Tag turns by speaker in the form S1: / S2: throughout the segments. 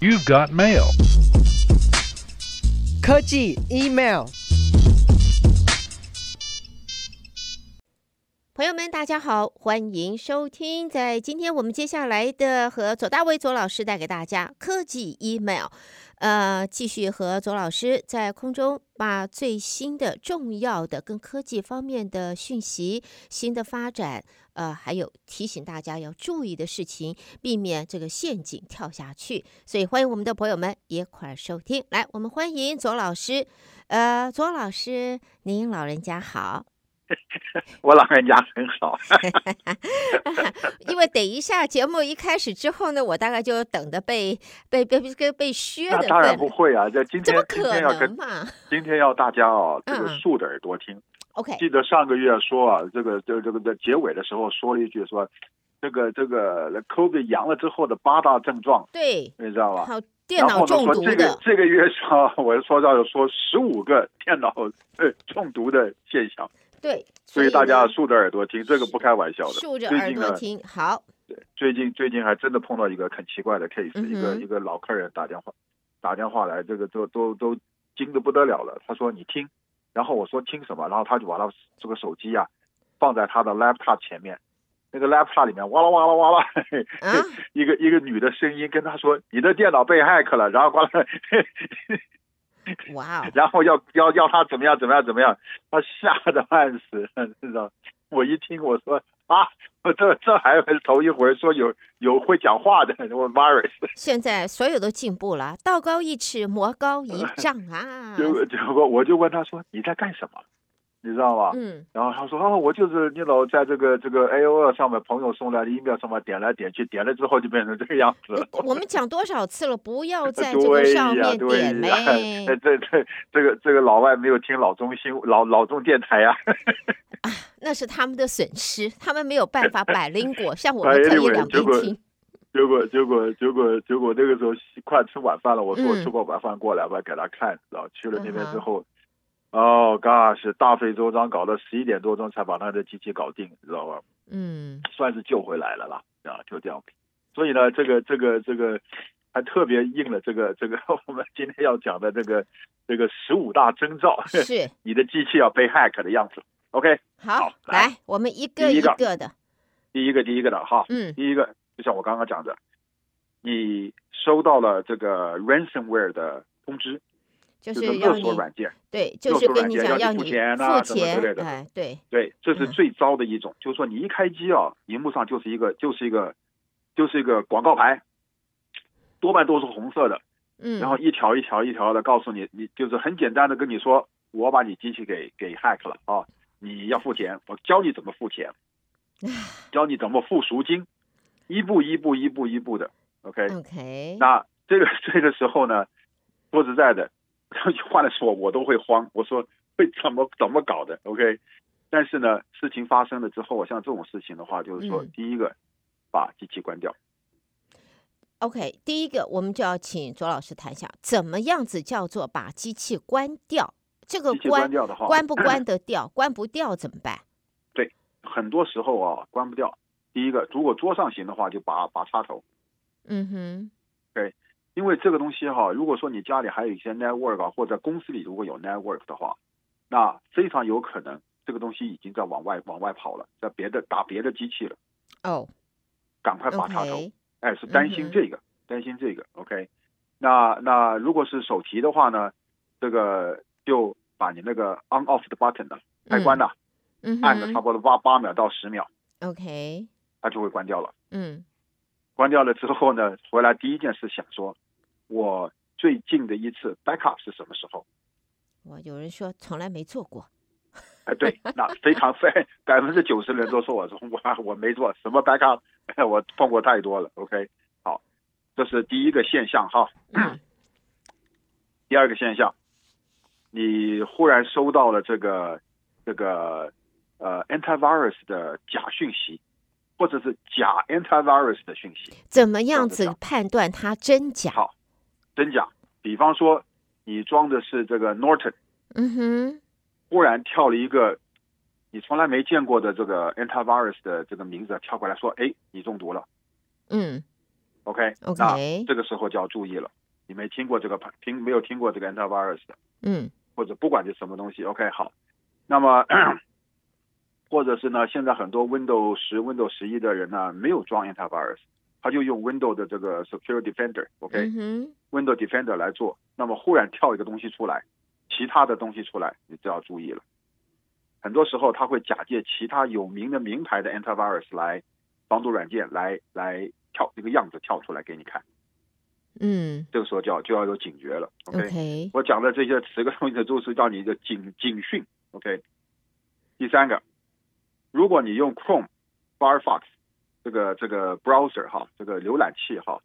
S1: You've got mail.
S2: 科技 email。
S3: 朋友们，大家好，欢迎收听。在今天我们接下来的和左大为左老师带给大家科技 email，呃，继续和左老师在空中把最新的、重要的跟科技方面的讯息、新的发展，呃，还有提醒大家要注意的事情，避免这个陷阱跳下去。所以欢迎我们的朋友们一块儿收听。来，我们欢迎左老师，呃，左老师，您老人家好。
S4: 我老人家很好，
S3: 因为等一下节目一开始之后呢，我大概就等着被被被被被削
S4: 那
S3: 的
S4: 当然
S3: 份
S4: 不
S3: 了，
S4: 会啊！这今
S3: 怎么
S4: 天今
S3: 可
S4: 天要跟
S3: 能嘛
S4: 今天要大家哦，这个
S3: 嗯
S4: 竖着耳朵听。
S3: ？OK，
S4: 记得上个月说啊，这个这个这个在结尾的时候说了一句说，这个这个 COVID 阳了之后的八大症状，
S3: 对，
S4: 你知道吧？
S3: 好，电
S4: 然
S3: 脑
S4: 后呢，
S3: 中
S4: 说
S3: 毒
S4: 这个
S3: 的，
S4: 这个月上，我说到说十五个电脑呃中毒的现象，
S3: 对，
S4: 所以大家
S3: 呢
S4: 竖着耳朵听，这个不开玩笑的。
S3: 竖着
S4: 最
S3: 耳
S4: 近
S3: 朵
S4: 呢，
S3: 听， 好，
S4: 最近最近还真的碰到一个很奇怪的 case，、
S3: 嗯哼
S4: 一个一个老客人打电话打电话来，这个都都都惊得不得了了。他说你听，然后我说听什么，然后他就把他这个手机呀、放在他的 laptop 前面，那个 laptop 里面哇啦哇啦哇啦，
S3: 啊，
S4: 一个一个女的声音跟他说你的电脑被 hack 了，然后呱啦，
S3: 哇哦，
S4: 然后要要要他怎么样怎么样怎么样，他吓得半死， 知道？我一听我说啊，我这这还是头一回说有有会讲话的，我 virus，
S3: 现在所有都进步了，道高一尺，魔高 一丈啊，
S4: 结果结果我就问他说你在干什么，你知道吗？
S3: 嗯，
S4: 然后他说哦，我就是你老在这个这个 A O L 上面朋友送来的 email 上面点来点去，点了之后就变成这个样子了。
S3: 嗯我们讲多少次了，不 要在这个
S4: 对
S3: 上
S4: 呀，
S3: 面
S4: 对
S3: 点
S4: 呀，哎
S3: 嘞
S4: 这， 这这这个这个老外没有听老中新老老中电台呀、
S3: 那是他们的损失，他们没有办法百灵果， 像我
S4: By
S3: 们可以
S4: 哎 anyway，
S3: 两
S4: 结
S3: 边
S4: 果
S3: 听，
S4: 结果结果结果结果那个时候快吃晚饭了，我说我
S3: 嗯
S4: 吃过晚饭过来吧，给他看，然后去了那边
S3: 嗯哼
S4: 之后，哦，gosh，大费周章搞到十一点多钟才把他的机器搞定，知道吧？
S3: 嗯，
S4: 算是救回来了啦，啊，就这样。所以呢，这个这个这个还特别应了这个这个 我们今天要讲的这个这个十五大征兆，
S3: 是。
S4: 你的机器要被 hack 的样子。OK，
S3: 好
S4: 好，
S3: 来，
S4: 来
S3: 我们一个
S4: 第一个
S3: 个的，
S4: 第一个第一个的哈，
S3: 嗯，
S4: 第一个就像我刚刚讲的，你收到了这个 ransomware 的通知，
S3: 就
S4: 就是是
S3: 要
S4: 勒
S3: 你
S4: 索软件，
S3: 对，就
S4: 勒
S3: 是
S4: 索
S3: 跟
S4: 软
S3: 你
S4: 件
S3: 讲
S4: 要
S3: 要
S4: 你
S3: 你
S4: 付钱啊
S3: 付
S4: 什么之
S3: 钱，
S4: 类的
S3: 哎，对，
S4: 对，这是
S3: 嗯
S4: 最糟的一种，就是说你一开机啊，荧幕上就是一个就是一个就是一个广告牌，多半都是红色的，
S3: 嗯，
S4: 然后一条一条一条的告诉你，你就是很简单的跟你说，我把你机器给给 hack 了啊，你要付钱，我教你怎么付 钱，教你怎么付赎金，一步一步一步一步的，OK，
S3: OK，
S4: 那这个这个时候呢，说实在的，换了是我，我都会慌。我说会怎么怎么搞的？OK，但是呢，事情发生了之后，像这种事情的话，就是说，
S3: 嗯
S4: 第一个把机器关掉，
S3: OK，第一个我们就要请左老师谈一下，怎么样子叫做把机器关掉？这个
S4: 机器关
S3: 关
S4: 掉的话，
S3: 关不关得掉？关不掉怎么办？
S4: 很多时候啊，关不掉。第一个，如果桌上型的话，就拔拔插头，
S3: 嗯哼，
S4: 因为这个东西哈、如果说你家里还有一些 network 啊，或者公司里如果有 network 的话，那非常有可能这个东西已经在往外往外跑了，在别的打别的机器了，
S3: 哦
S4: 赶快拔插头。
S3: ，OK，
S4: 哎，是担
S3: 嗯
S4: 心
S3: 哼
S4: 这个，担心这个。OK，那那如果是手提的话呢，这个就把你那个 on off 的 button 呢，开关呢，
S3: 嗯
S4: 按个差
S3: 哼
S4: 不多八八秒到十秒，
S3: ，OK，
S4: 它就会关掉了。
S3: 嗯，
S4: 关掉了之后呢，回来第一件事想说，我最近的一次 backup 是什么时候？
S3: 我有人说从来没做 过，
S4: 哎，对，那非常非百分之九十的人都说我说我我没做什么 backup，我碰过太多了。OK，好，这是第一个现象哈。
S3: 嗯
S4: 第二个现象，你忽然收到了这个这个呃 antivirus 的假讯息，或者是假 antivirus 的讯息，
S3: 怎么样
S4: 样子
S3: 子
S4: 讲
S3: 判断它真假？
S4: 好，真假？比方说你装的是这个 Norton，
S3: 嗯哼，
S4: 忽然跳了一个你从来没见过的这个 antivirus 的这个名字跳过来说，哎，你中毒了。
S3: 嗯
S4: OK，,
S3: OK
S4: 那这个时候就要注意了。你没听过这个听没有听过这个 antivirus 的，
S3: 嗯
S4: 或者不管是什么东西，OK 好。那么 或者是呢，现在很多 Windows 十、Windows 十一的人呢，没有装 antivirus，他就用 Windows 的这个 Secure
S3: 嗯
S4: Defender，OK、
S3: 哼，
S4: Windows Defender 来做，那么忽然跳一个东西出来，其他的东西出来，你就要注意了。很多时候它会假借其他有名的名牌的 antivirus 来防毒软件来来跳那个样子跳出来给你看，
S3: 嗯
S4: 这个时候就要就要有警觉了。OK，,
S3: ，OK，
S4: 我讲的这些十个东西都是让你的警警讯。OK，第三个，如果你用 Chrome、Firefox 这个这个 browser 哈，这个浏览器哈，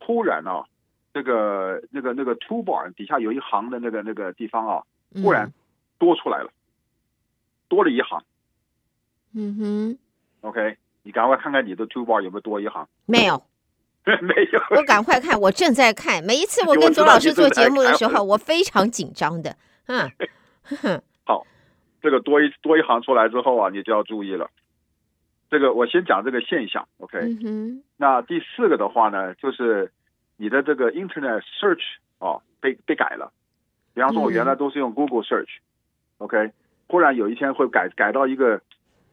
S4: 突然啊，这个那个那个 toolbar 底下有一行的那个那个地方啊，
S3: 嗯
S4: 忽然多出来了，多了一行。
S3: 嗯，嗯哼，
S4: OK，你赶快看看你的 toolbar 有没有多一行？
S3: 没有。
S4: 没有。
S3: 我赶快看，我正在看。每一次我
S4: 我
S3: 跟
S4: 知
S3: 周
S4: 道
S3: 老
S4: 你
S3: 师
S4: 正
S3: 做
S4: 在
S3: 节目的
S4: 看
S3: 时候，我非常紧张的，嗯，
S4: 这个多一多一行出来之后啊，你就要注意了。这个我先讲这个现象，OK？、
S3: 嗯哼，
S4: 那第四个的话呢，就是你的这个 Internet Search 哦，被被改了。比方说，我原来都是用 Google Search，OK，、忽然有一天会改改到一个，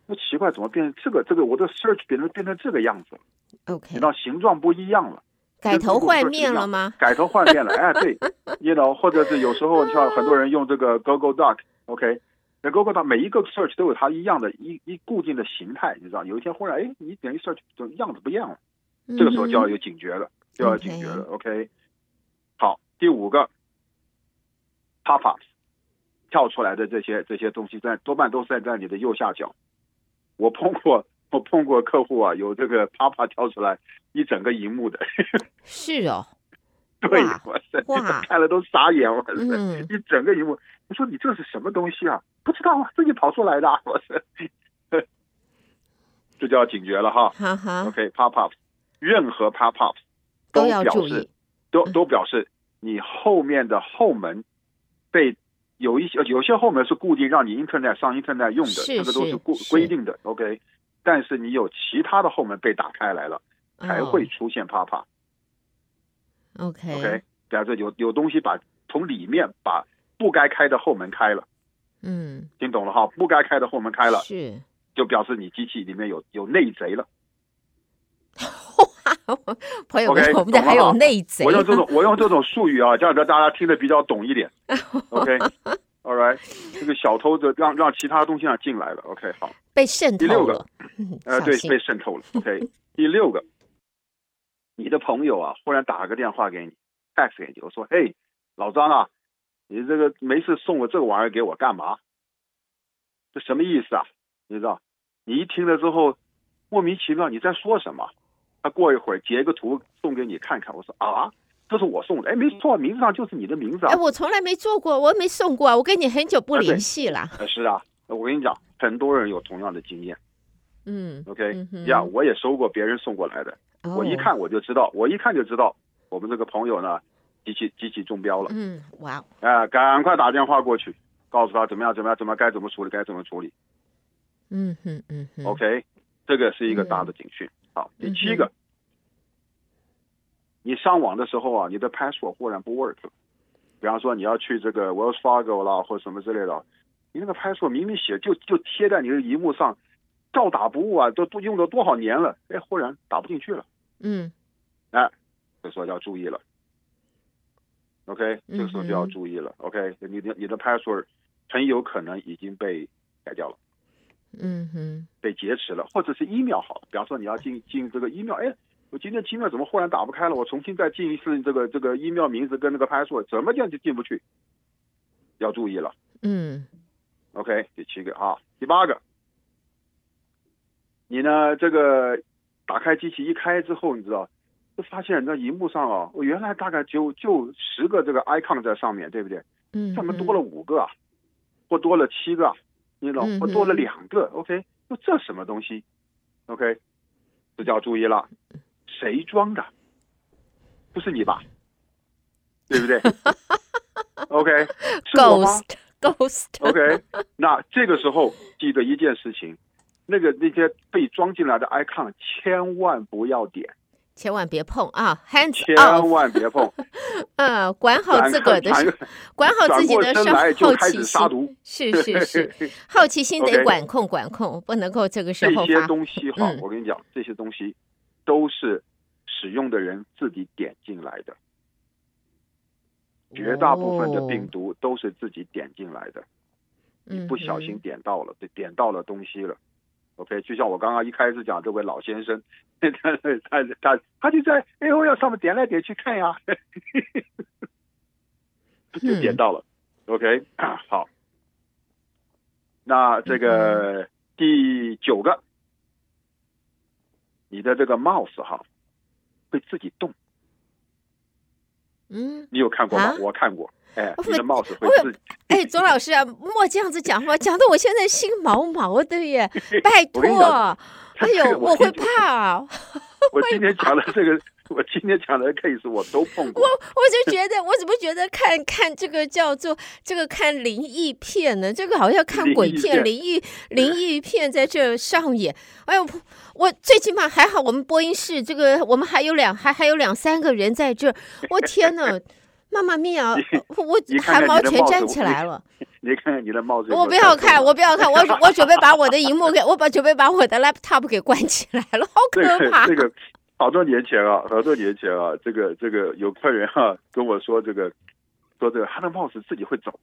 S4: 那奇怪，怎么变成这个这个我的 Search 变成变成这个样子了，
S3: ，OK，
S4: 然后形状不一样了，
S3: 改头换面
S4: 一
S3: 了
S4: 样
S3: 吗？
S4: 改头换面了。哎，对，you know，或者是有时候像很多人用这个 Google Doc，OK、那 Google Doc 每一个 search 都有它一样的一一固定的形态，你知道，有一天忽然，哎，你点一 search，就样子不一样了。
S3: 嗯
S4: 这个时候就要有警觉了，就要有警觉了。OK，好，第五个 pop up 跳出来的这些这些东西在多半都是在你的右下角。我碰过 我碰过客户啊，有这个 pop up 跳出来一整个荧幕的，
S3: 嗯哼是哦，
S4: 对，
S3: 哇
S4: 哇塞，
S3: 哇
S4: 看了都傻眼，哇塞，
S3: 嗯
S4: 一整个荧幕。我说你这是什么东西啊？不知道啊，自己跑出来的啊， 我塞， 这就要警觉了哈。
S3: 哈哈，
S4: OK，pop、up，任何 pop up
S3: 都要
S4: 表
S3: 注
S4: 示
S3: 意，
S4: 都
S3: 嗯
S4: 都表示你后面的后门被有一些有些后门是固定让你 Internet 上 Internet 用的，
S3: 是
S4: 这个都
S3: 是
S4: 是固
S3: 是
S4: 规定的。OK，但是你有其他的后门被打开来了，才会出现啪啪。
S3: 哦 OK，
S4: OK，表示有有东西把从里面把不该开的后门开了，
S3: 嗯，
S4: 听懂了哈？不该开的后门开了，
S3: 是，
S4: 就表示你机器里面有有内贼了。
S3: 哇，朋友们，
S4: OK，
S3: 我们的
S4: 懂了
S3: 还有
S4: 哈
S3: 内贼
S4: 我，用这种我用这种术语啊，这样让大家听得比较懂一点。OK，All、right，这个小偷的让让其他东西啊进来了。OK，好，
S3: 被渗
S4: 第六
S3: 透
S4: 个
S3: 了，嗯
S4: 呃，
S3: 小
S4: 对，
S3: 心
S4: 被渗透了。OK，第六个，你的朋友啊，忽然打个电话给你，text 给你，我说，嘿，老张啊，你这个没事送我这个玩意儿给我干嘛？这什么意思啊？你知道？你一听了之后，莫名其妙，你在说什么？他过一会儿截个图送给你看看，我说啊，这是我送的，哎，没错，名字上就是你的名字啊
S3: 哎，。我从来没做过，我没送过啊，我跟你很久不
S4: 啊对
S3: 联系了，
S4: 呃是啊，我跟你讲，很多人有同样的经验。
S3: 嗯
S4: OK，
S3: 嗯哼
S4: 呀、我也收过别人送过来的。我一
S3: 哦，
S4: 看我就知道，我一看就知道我们这个朋友呢，机器机器中标了，
S3: 嗯，哇哦，
S4: 哎、赶快打电话过去，告诉他怎么样怎么样怎么样该怎么处理该怎么处理。
S3: 嗯哼嗯嗯哼
S4: OK，这个是一个大的警讯。好，第七个，你上网的时候啊，你的 password 忽然不 work 了，比方说你要去这个 Wells Fargo 啦或者什么之类的，你那个 password 明明写就就贴在你的荧幕上，照打不误啊，都都用了多少年了，哎，忽然打不进去了。
S3: 嗯
S4: 这时候要注意了。OK，
S3: 嗯哼
S4: 这个时候就要注意了。OK，你的你的 password 很有可能已经被改掉了，
S3: 嗯哼，
S4: 被劫持了，或者是 email 好了，比方说你要进进这个 email，哎，我今天 email 怎么忽然打不开了？我重新再进一次这个这个 email 名字跟那个 password，怎么样就进不去？要注意了。
S3: 嗯
S4: OK，第七个啊，第八个，你呢？这个打开机器一开之后，你知道，就发现那荧幕上啊，我原来大概就就十个这个 icon 在上面，对不对？
S3: 嗯，
S4: 怎么
S3: 嗯
S4: 多了五个啊？或多了七个啊？你懂
S3: 嗯？
S4: 或多了两个？OK，那这什么东西？OK，这就要注意了，谁装的？不是你吧？对不对 ？OK，是我吗？
S3: ghost ghost，
S4: OK，那 这个时候记得一
S3: 哦
S4: 件事情，那个那些被装进来的 icon 千万不要点，
S3: 千万别碰啊，hands
S4: 千
S3: off，
S4: 万别碰，
S3: 嗯，管好自个儿的
S4: 转
S3: 是，
S4: 转
S3: 管 好自己的
S4: 转过身
S3: 生
S4: 来就
S3: 好
S4: 开
S3: 奇心
S4: 始杀毒，
S3: 是是是， 好奇心得
S4: OK
S3: 管控管控，不能够这个时
S4: 这
S3: 候
S4: 些
S3: 发
S4: 东西哈
S3: 嗯，
S4: 我跟你讲，这些东西都是使用的人自己点进来的，绝大部分的病
S3: 哦
S4: 毒都是自己点进来的。你不小心
S3: 嗯
S4: 点到了，点到了东西了。OK，就像我刚刚一开始讲，这位老先生， 他他他他就在 A O L 上面点来点去看呀，就
S3: 嗯
S4: 点到了。OK，好， 那这
S3: 嗯
S4: 个第九个，你的这个 mouse 哈会自己动，
S3: 嗯，嗯
S4: 你有看过吗
S3: 啊？
S4: 我看过，哎，
S3: 我
S4: 你的 mouse 会
S3: 我有
S4: 自己。
S3: 哎，左老师啊，莫这样子讲话，讲的我现在心毛毛的耶， 拜
S4: 我跟你
S3: 托，哎呦，
S4: 我
S3: 我
S4: 跟
S3: 会
S4: 你讲
S3: 怕啊。
S4: 我今天讲的这个， 我今天讲的 case 我都碰过
S3: 我。我就觉得，我怎么觉得看看这个叫做这个看灵异片呢？这个好像看
S4: 灵
S3: 鬼
S4: 异
S3: 片、
S4: 片
S3: 灵异灵异片在这上演。哎呦，我最起码还好，我们播音室这个我们还有两还还有两三个人在这儿。我天 呐，妈妈咪呀，我我
S4: 你看
S3: 汗
S4: 看
S3: 毛
S4: 你的
S3: 全
S4: 帽子
S3: 站
S4: 我
S3: 起
S4: 跟你
S3: 来了。
S4: 你看看你的帽子有没有
S3: 我不要
S4: 穿
S3: 看，
S4: 错
S3: 我不要看，我我准备把我的荧幕 给我把准备把我的 laptop 给关起来了，好
S4: 这
S3: 可
S4: 个
S3: 怕。
S4: 这个好多年前啊，好多年前啊，这个这个有客人哈、跟我说这个说这个他的帽子自己会走，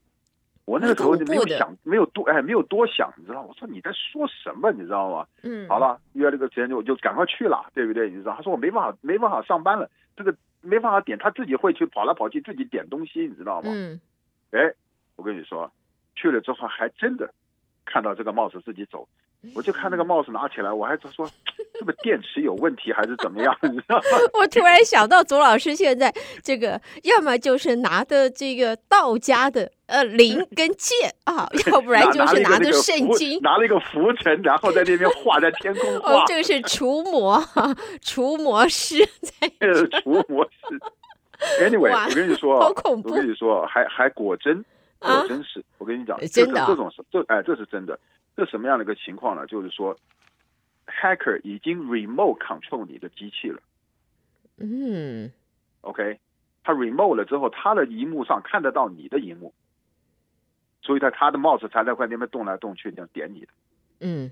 S4: 我那个时候就没有
S3: 很恐怖的
S4: 想没有多哎没有多想，你知道吗我说你在说什么，你知道吗？
S3: 嗯，
S4: 好了，约了个时间就我就赶快去了，对不对？你知道，他说我没办法没办法上班了，这个没办法点，他自己会去跑来跑去自己点东西，你知道吗？
S3: 嗯，
S4: 哎，我跟你说，去了之后还真的看到这个帽子自己走，我就看那个
S3: 嗯
S4: 帽子拿起来，我还说说是不是电池有问题还是怎么样，你知 道吗？
S3: 我突然想到，左老师现在这个，要么就是拿的这个道家的呃灵跟剑 啊，要不然就
S4: 拿
S3: 是拿
S4: 拿
S3: 着
S4: 了一个那个
S3: 圣
S4: 符
S3: 经。
S4: 拿了一个浮尘，然后在那边画在天空
S3: 哦
S4: 画，，
S3: 这个 是除魔，除魔师在
S4: 除魔师。Anyway，
S3: 哇
S4: 我跟你说，啊
S3: 好恐怖
S4: 我跟你说，还还果真，
S3: 啊
S4: 果真是，我跟你讲，
S3: 真的
S4: 这
S3: 啊
S4: 是这种事，这哎，这是真的。这什么样的一个情况呢？就是说，hacker 已经 remote control 你的机器了。
S3: 嗯
S4: OK，他 remote 了之后，他的荧幕上看得到你的荧幕，所以他他的 mouse 才在快那边动来动去，这样点你的。
S3: 嗯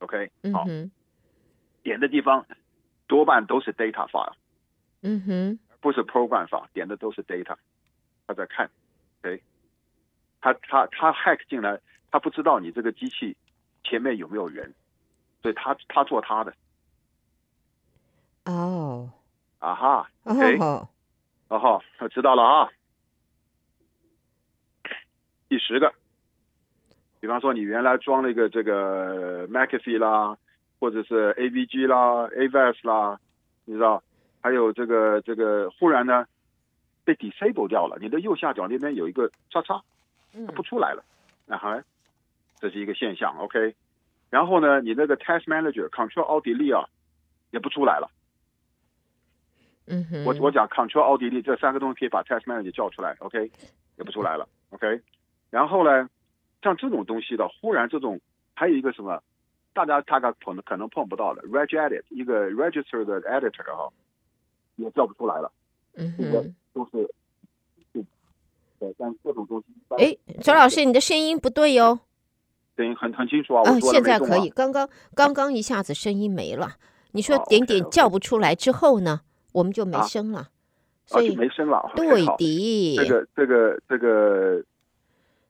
S4: OK，
S3: 嗯
S4: 好，
S3: 哼
S4: 点的地方多半都是 data file，
S3: 嗯哼
S4: 不是 program file，点的都是 data，他在看。OK，他他他 hack 进来，他不知道你这个机器前面有没有人，所以他他做他的。
S3: 哦
S4: 啊哈，OK，
S3: 哦
S4: 哦哈，我知道了啊。第十个，比方说你原来装了一个这个 McAfee 啦，或者是 AVG 啦、AVS 啦，你知道，还有这个这个，忽然呢被 disable 掉了，你的右下角那边有一个叉叉，
S3: 嗯
S4: 它不出来了，那还这是一个现象，OK。然后呢，你那个 Task Manager Control Alt Delete 啊也不出来了。
S3: 嗯哼，
S4: 我我讲 Control 奥地利这三个东西可以把 Test Manager 叫出来，OK，也不出来了，OK。然后呢，像这种东西的，忽然这种还有一个什么，大家大概可能可能碰不到的 Regedit 一个 Register 的 Editor 哈、也叫不出来了，
S3: 嗯
S4: 这个
S3: 哼，
S4: 都是，是对，但是这种东西，
S3: 哎，左老师，你的声音不对哟，
S4: 声音很很清楚啊，
S3: 啊，
S4: 我说了
S3: 现
S4: 没
S3: 在
S4: 动
S3: 可
S4: 啊
S3: 以，，刚刚刚刚一下子声音没了，你说
S4: 哦
S3: 点
S4: ，OK，
S3: 点
S4: OK
S3: 叫不出来之后呢，我们就没
S4: 啊
S3: 声了，
S4: 啊
S3: 所
S4: 就
S3: 以
S4: 没声了，OK，
S3: 对
S4: 好
S3: 的，
S4: 这个这个这个，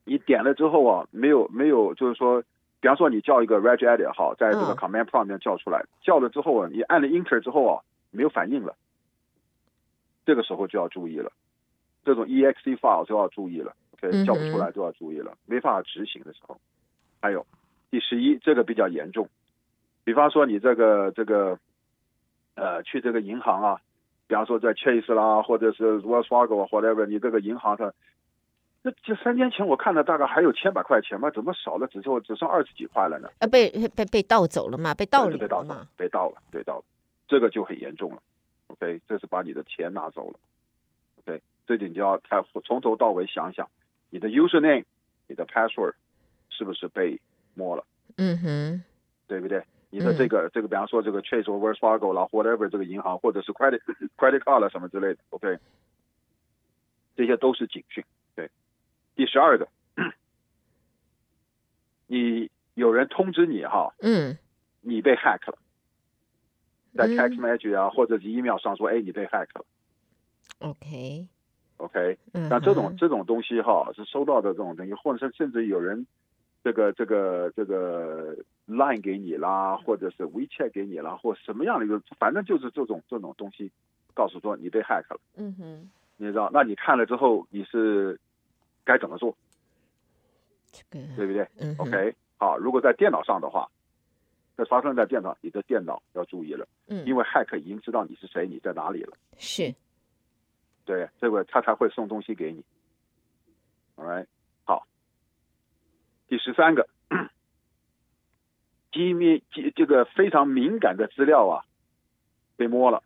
S4: 你点了之后啊，没有没有，就是说，比方说你叫一个 regedit 好，在这个
S3: 嗯
S4: command prompt 里面叫出来，叫了之后啊，你按了 enter 之后啊，没有反应了，这个时候就要注意了，这种 exe file 就要注意了
S3: 嗯
S4: ，OK，
S3: 哼
S4: 叫不出来就要注意了，没办法执行的时候。还有第十一，这个比较严重，比方说你这个这个，呃，去这个银行啊，比方说在 Chase 啦，或者是 Wells Fargo 啊 whatever，你这个银行它，那这三年前我看了大概还有千把块钱吧，怎么少了只剩只剩二十几块了呢？
S3: 呃，被被被盗走了嘛，被盗
S4: 被
S3: 领
S4: 盗
S3: 了
S4: 了
S3: 嘛，，
S4: 被盗了，被盗了，这个就很严重了。OK，这是把你的钱拿走了。OK，这点就要看从头到尾想想，你的 username、你的 password 是不是被摸了，
S3: 嗯哼，
S4: 对不对？你的
S3: 嗯
S4: 这个这个，比方说这个 Chase、Wells Fargo 啦，whatever 这个银行，或者是 credit credit card 啦什么之类的，OK，这些都是警讯。对，第十二个， 你有人通知你哈，
S3: 嗯
S4: 你被 hack 了，在
S3: 嗯
S4: text message 啊，或者是 email 上说，哎，你被 hack 了
S3: ，OK，
S4: ，OK，
S3: 嗯哼，
S4: 那这种这种东西哈，是收到的这种东西，或者是甚至有人这个这个这个 Line 给你啦，或者是 WeChat 给你啦，或什么样的一个，反正就是这种这种东西，告诉说你被 hack 了，
S3: 嗯哼，
S4: 你知道？那你看了之后你是该怎么做，
S3: 这个
S4: 对不对
S3: 嗯哼
S4: ？OK，好，如果在电脑上的话，那发生在电脑，你的电脑要注意了，
S3: 嗯，
S4: 因为 hack 已经知道你是谁，你在哪里了。
S3: 是，
S4: 对，这个他才会送东西给你。Alright，好。第十三个，机密机这个非常敏感的资料啊，被摸了。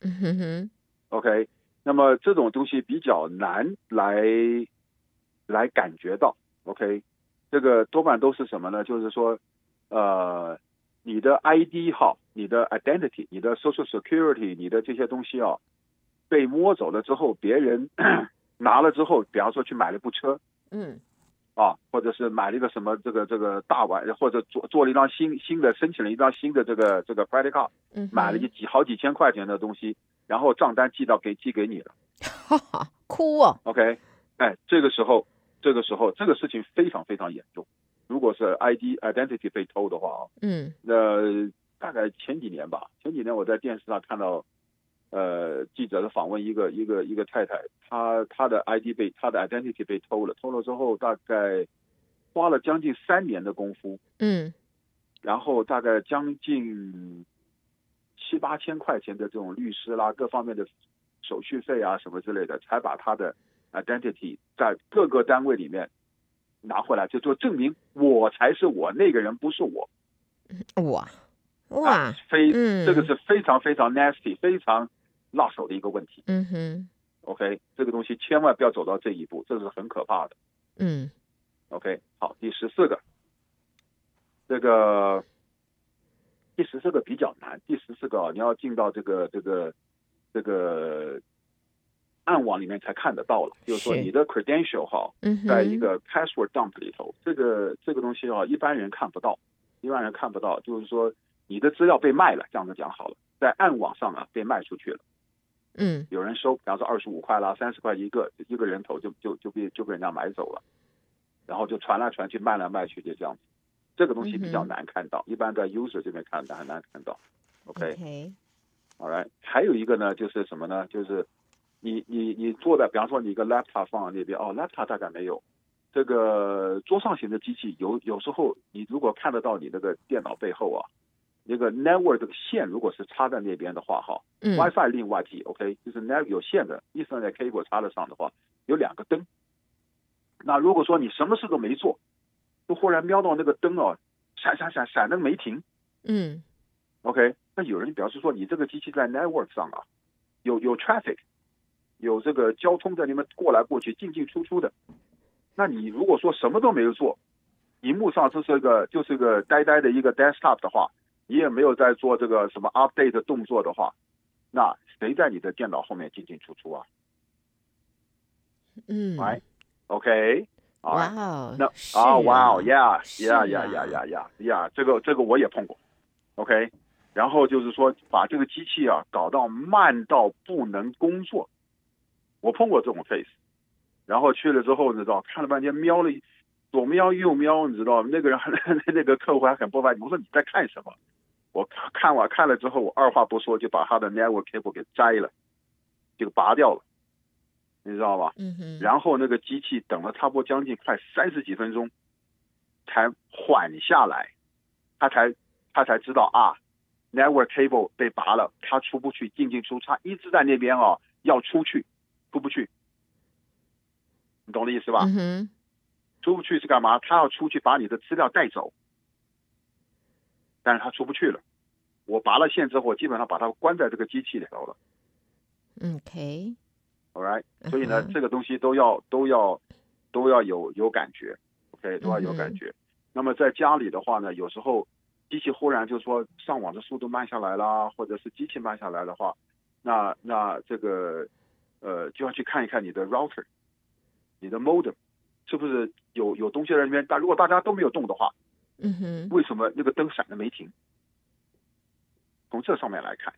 S3: 嗯哼哼，
S4: OK，那么这种东西比较难来来感觉到。OK，这个多半都是什么呢？就是说，呃，你的 ID 号、你的 identity、你的 Social Security、你的这些东西啊，被摸走了之后，别人 拿了之后，比方说去买了部车
S3: 嗯
S4: 啊，或者是买了一个什么这个这个大碗，或者做做了一张新新的申请了一张新的这个这个 credit card，
S3: 嗯哼，
S4: 买了一几好几千块钱的东西，然后账单寄到给寄给你了。
S3: 哈哈， 哭哦，
S4: OK，哎，这个时候，这个时候，这个事情非常非常严重。如果是 ID identity 被偷的话啊，
S3: 嗯
S4: 那大概前几年吧，前几年我在电视上看到，呃，记者的访问一个一个一个太太，她她的 ID 被她的 identity 被偷了，偷了之后大概花了将近三年的功夫，
S3: 嗯
S4: 然后大概将近七八千块钱的这种律师啦，各方面的手续费啊什么之类的，才把他的 identity 在各个单位里面拿回来，就做证明我才是我，那个人不是我。
S3: 哇哇
S4: 啊，非、
S3: 嗯
S4: 这个是非常非常 nasty、非常辣手的一个问题。
S3: 嗯哼，
S4: OK，这个东西千万不要走到这一步，这是很可怕的。
S3: 嗯
S4: OK，好，第十四个，这个第十四个比较难，第十四个啊，你要进到这个这个这个暗网里面才看得到了，就是说
S3: 是
S4: 你的 credential 哈，
S3: 嗯哼，
S4: 在一个 password dump 里头，这个这个东西啊，一般人看不到，一般人看不到，就是说你的资料被卖了，这样子讲好了，在暗网上啊被卖出去了。
S3: 嗯
S4: 有人收，比方说二十五块啦、三十块一个一个人头就就就被就被人家买走了，然后就传来传去、卖来卖去，就这样子。这个东西比较
S3: 嗯哼
S4: 难看到，一般在 user 这边看很难看到。OK，
S3: ，OK，
S4: 好来，还有一个呢，就是什么呢？就是你你你坐在，比方说你一个 laptop 放在那边，哦，laptop 大概没有。这个桌上型的机器有有时候你如果看得到你那个电脑背后啊，那个 network 的线如果是插在那边的话哈，
S3: 嗯
S4: WiFi 另外提，OK，就是 Nav 有线的 Ethernet cable 插得上的话，有两个灯。那如果说你什么事都没做，就忽然瞄到那个灯哦，闪闪闪闪的没停
S3: 嗯
S4: ，OK，那有人表示说你这个机器在 network 上啊，有有 traffic，有这个交通在那边过来过去进进出出的。那你如果说什么都没有做，荧幕上就是一个就是一个呆呆的一个 desktop 的话，你也没有在做这个什么 update 的动作的话，那谁在你的电脑后面进进出出啊？
S3: 嗯，
S4: Right. OK，好
S3: 哇
S4: 啊，
S3: 哦，
S4: 那
S3: 是
S4: 啊，哇哦
S3: 啊是啊
S4: ，Yeah，Yeah，Yeah，Yeah，Yeah，Yeah，这个这个我也碰过，OK。然后就是说把这个机器啊搞到慢到不能工作，我碰过这种 case。然后去了之后，你知道，看了半天，瞄了一左瞄右瞄，你知道，那个人还 那个客户还很不满，我说你在看什么？我看看完看了之后，我二话不说就把他的 network cable 给摘了，这个拔掉了，你知道吧？
S3: 嗯哼，
S4: 然后那个机器等了差不多将近快三十几分钟，才缓下来，他才他才知道啊，network cable 被拔了，他出不去，进进出，他一直在那边哦，要出去，出不去，你懂我的意思吧？
S3: 嗯哼，
S4: 出不去是干嘛？他要出去把你的资料带走，但是他出不去了。我拔了线之后，我基本上把它关在这个机器里头了。
S3: 嗯，OK，
S4: all right，所以呢
S3: 嗯，哼
S4: 这个东西都要都要都要有有感觉，OK，都要
S3: 嗯
S4: 有
S3: 哼
S4: 感觉。那么在家里的话呢，有时候机器忽然就说上网的速度慢下来啦，或者是机器慢下来的话，那那这个呃就要去看一看你的 router，你的 modem 是不是有有东西在里面？但如果大家都没有动的话，
S3: 嗯哼，
S4: 为什么那个灯闪的没停？从这上面来看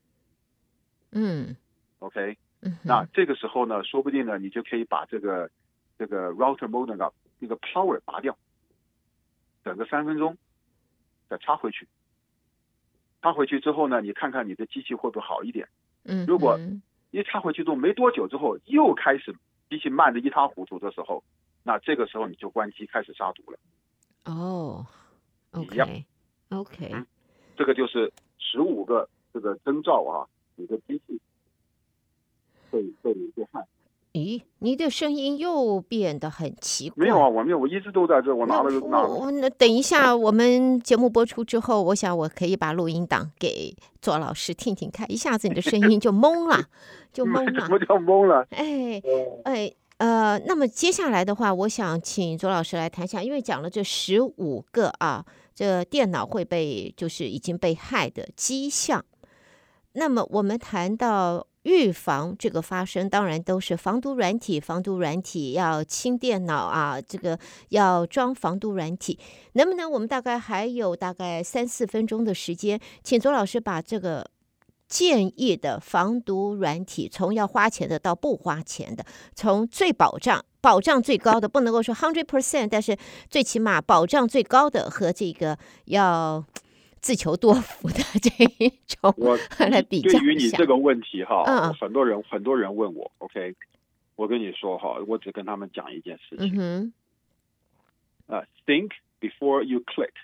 S3: 嗯
S4: ，OK，
S3: 嗯哼，
S4: 那这个时候呢，说不定呢，你就可以把这个这个 router modem 的那个 power 拔掉，等个三分钟，再插回去。插回去之后呢，你看看你的机器会不会好一点？
S3: 嗯哼，
S4: 如果一插回去之后没多久之后，又开始机器慢的一塌糊涂的时候，那这个时候你就关机开始杀毒了。
S3: 哦
S4: 一样
S3: ，OK OK，
S4: 嗯这个就是十五个这个征兆啊，你的机器被被被害。
S3: 咦，你的声音又变得很奇怪。
S4: 没有啊，我没有，我一直都在这，我拿了
S3: 那
S4: 拿
S3: 我
S4: 了。
S3: 我那等一下，我们节目播出之后，我想我可以把录音档给左老师听听看，一下子你的声音就懵了， 就懵
S4: 什
S3: 了。
S4: 么叫懵了？
S3: 哎哎呃，那么接下来的话，我想请左老师来谈一下，因为讲了这十五个啊，这电脑会被就是已经被害的迹象。那么我们谈到预防这个发生，当然都是防毒软体，防毒软体要清电脑啊，这个要装防毒软体。能不能我们大概还有大概三四分钟的时间，请左老师把这个建议的防毒软体，从要花钱的到不花钱的，从最保障。保障最高的不能够说 hundred percent，但是最起码保障最高的和这个要自求多福的 这一种
S4: 我
S3: 来比较
S4: 对于
S3: 一
S4: 你
S3: 下
S4: 这。个问题哈，
S3: 嗯嗯
S4: 很多人很多人问我，OK，我跟你说哈，我只跟他们讲一件事
S3: 嗯
S4: 情，
S3: 哼，
S4: 呃，think before you click，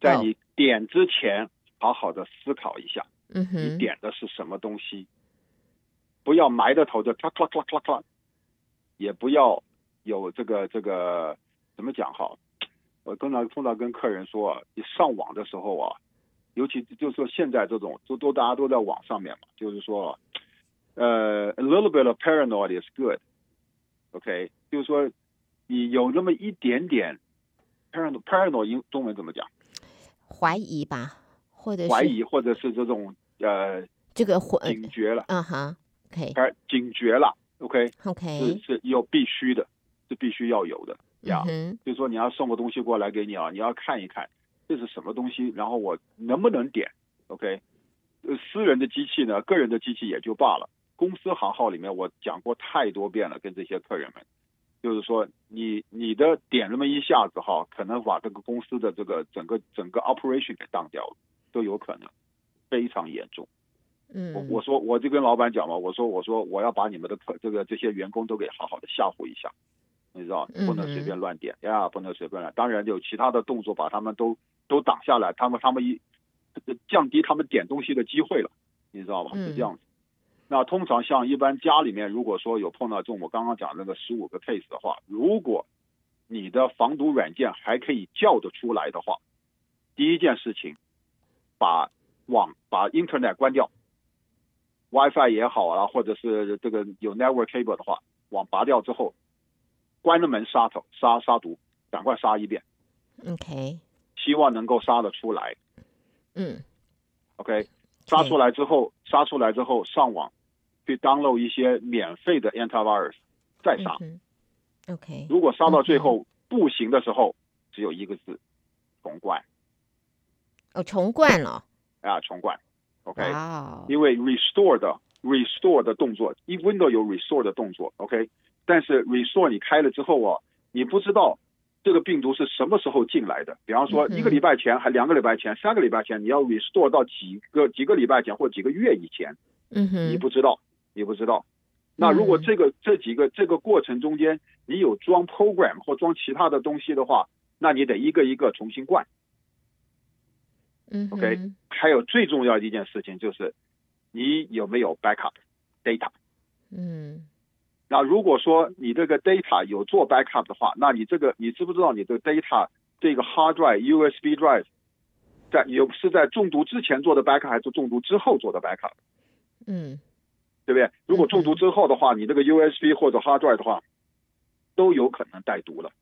S4: 在
S3: 哦
S4: 你点之前，好好的思考一下，
S3: 嗯
S4: 你
S3: 哼，
S4: 点的是什么东西，不要埋着头就咔咔咔咔咔，也不要有这个这个怎么讲哈？我经常碰到跟客人说啊，你上网的时候啊，尤其就是说现在这种都都大家都在网上面嘛，就是说，呃，a little bit of paranoid is good，OK，、OK？就是说你有那么一点点 parano parano 英中文怎么讲？
S3: 怀疑吧，或者是
S4: 怀疑或者是这种呃
S3: 这个混
S4: 警，觉了。
S3: 嗯哈，OK
S4: 而警觉了，OK，是
S3: OK，
S4: 是有必须的，是必须要有的呀
S3: 嗯。哼，
S4: 就是说你要送个东西过来给你啊，你要看一看这是什么东西，然后我能不能点，OK？呃，私人的机器呢，个人的机器也就罢了，公司行号里面我讲过太多遍了，跟这些客人们，就是说你你的点那么一下子哈，可能把这个公司的这个整个整个 operation 给当掉了，都有可能，非常严重。
S3: 嗯，
S4: 我我说我就跟老板讲嘛，我说我说我要把你们的客这个这些员工都给好好的吓唬一下，你知道
S3: 嗯哼
S4: 不能随便乱点哎呀，不能随便乱。当然有其他的动作把他们都都挡下来，他们他们一这个降低他们点东西的机会了，你知道吧？
S3: 嗯
S4: 是这样子。那通常像一般家里面，如果说有碰到这种我刚刚讲的那个十五个 case 的话，如果你的防毒软件还可以叫得出来的话，第一件事情把网把 Internet 关掉。WiFi 也好啊，或者是这个有 network cable 的话，网拔掉之后，关了门杀头杀杀毒，赶快杀一遍，
S3: OK，
S4: 希望能够杀得出来。
S3: 嗯
S4: OK，杀出来之后，杀出来之后上网去 download 一些免费的 antivirus，再
S3: 嗯
S4: 杀。
S3: 哼，OK，
S4: 如果杀到最
S3: 嗯
S4: 后不行的时候，只有一个字，重灌
S3: 哦，重灌了，
S4: 啊，重灌。OK，
S3: 哇哦，
S4: 因为 restore 的 restore 的动作，一 window 有 restore 的动作，OK，但是 restore 你开了之后啊，你不知道这个病毒是什么时候进来的。比方说
S3: 嗯哼
S4: 一个礼拜前，还两个礼拜前，三个礼拜前，你要 restore 到几个几个礼拜前或几个月以前，
S3: 嗯哼，
S4: 你不知道，你不知道。那如果这个这几个这个过程中间，你有装 program 或装其他的东西的话，那你得一个一个重新灌。
S3: 嗯
S4: OK，
S3: 哼
S4: 还有最重要的一件事情就是，你有没有 backup data？
S3: 嗯
S4: 那如果说你这个 data 有做 backup 的话，那你这个你知不知道你的 data 这个 hard drive、USB drive 在有是在中毒之前做的 backup 还是中毒之后做的 backup，
S3: 嗯
S4: 对不对？如果中毒之后的话，你这个 USB 或者 hard drive 的话，都有可能带毒了。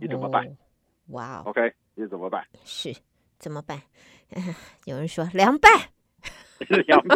S4: 你怎么办
S3: 哦？哇哦，
S4: OK，你怎 么办？
S3: 是怎么办？ 有人说凉拌，
S4: 两百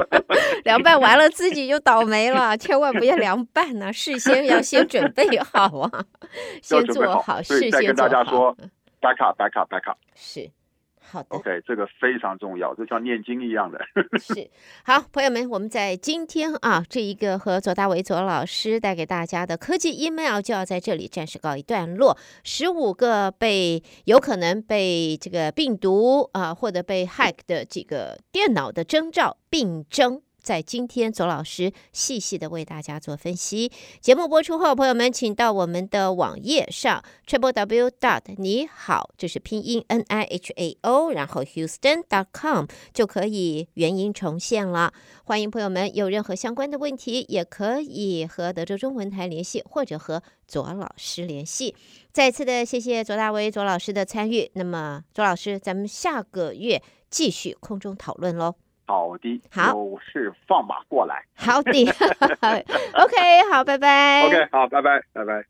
S3: 凉拌完了自己就倒霉了，千万不要凉拌呢、事先要先准备好啊，
S4: 要
S3: 先
S4: 准备
S3: 做
S4: 好，所
S3: 事
S4: 以再
S3: 先
S4: 跟
S3: 做
S4: 大
S3: 好。嗯
S4: 家说打卡打卡打卡
S3: 是好的。
S4: ，OK，这个非常重要，就像念经一样的。
S3: 是好，朋友们，我们在今天啊这一个和左大为左老师带给大家的科技 email 就要在这里暂时告一段落。十五个被有可能被这个病毒啊、或者被 hack 的这个电脑的征兆病征。在今天，左老师细细的为大家做分析。节目播出后，朋友们请到我们的网页上 triple w dot 你好，这是拼音 n i h a o，然后 houston dot com 就可以原音重现了。欢迎朋友们有任何相关的问题，也可以和德州中文台联系，或者和左老师联系。再次的谢谢左大为左老师的参与。那么，左老师，咱们下个月继续空中讨论喽。
S4: 好的，
S3: 好
S4: 有事放马过来。
S3: 好的，OK，好，拜拜。哎
S4: OK，好，拜拜，拜拜。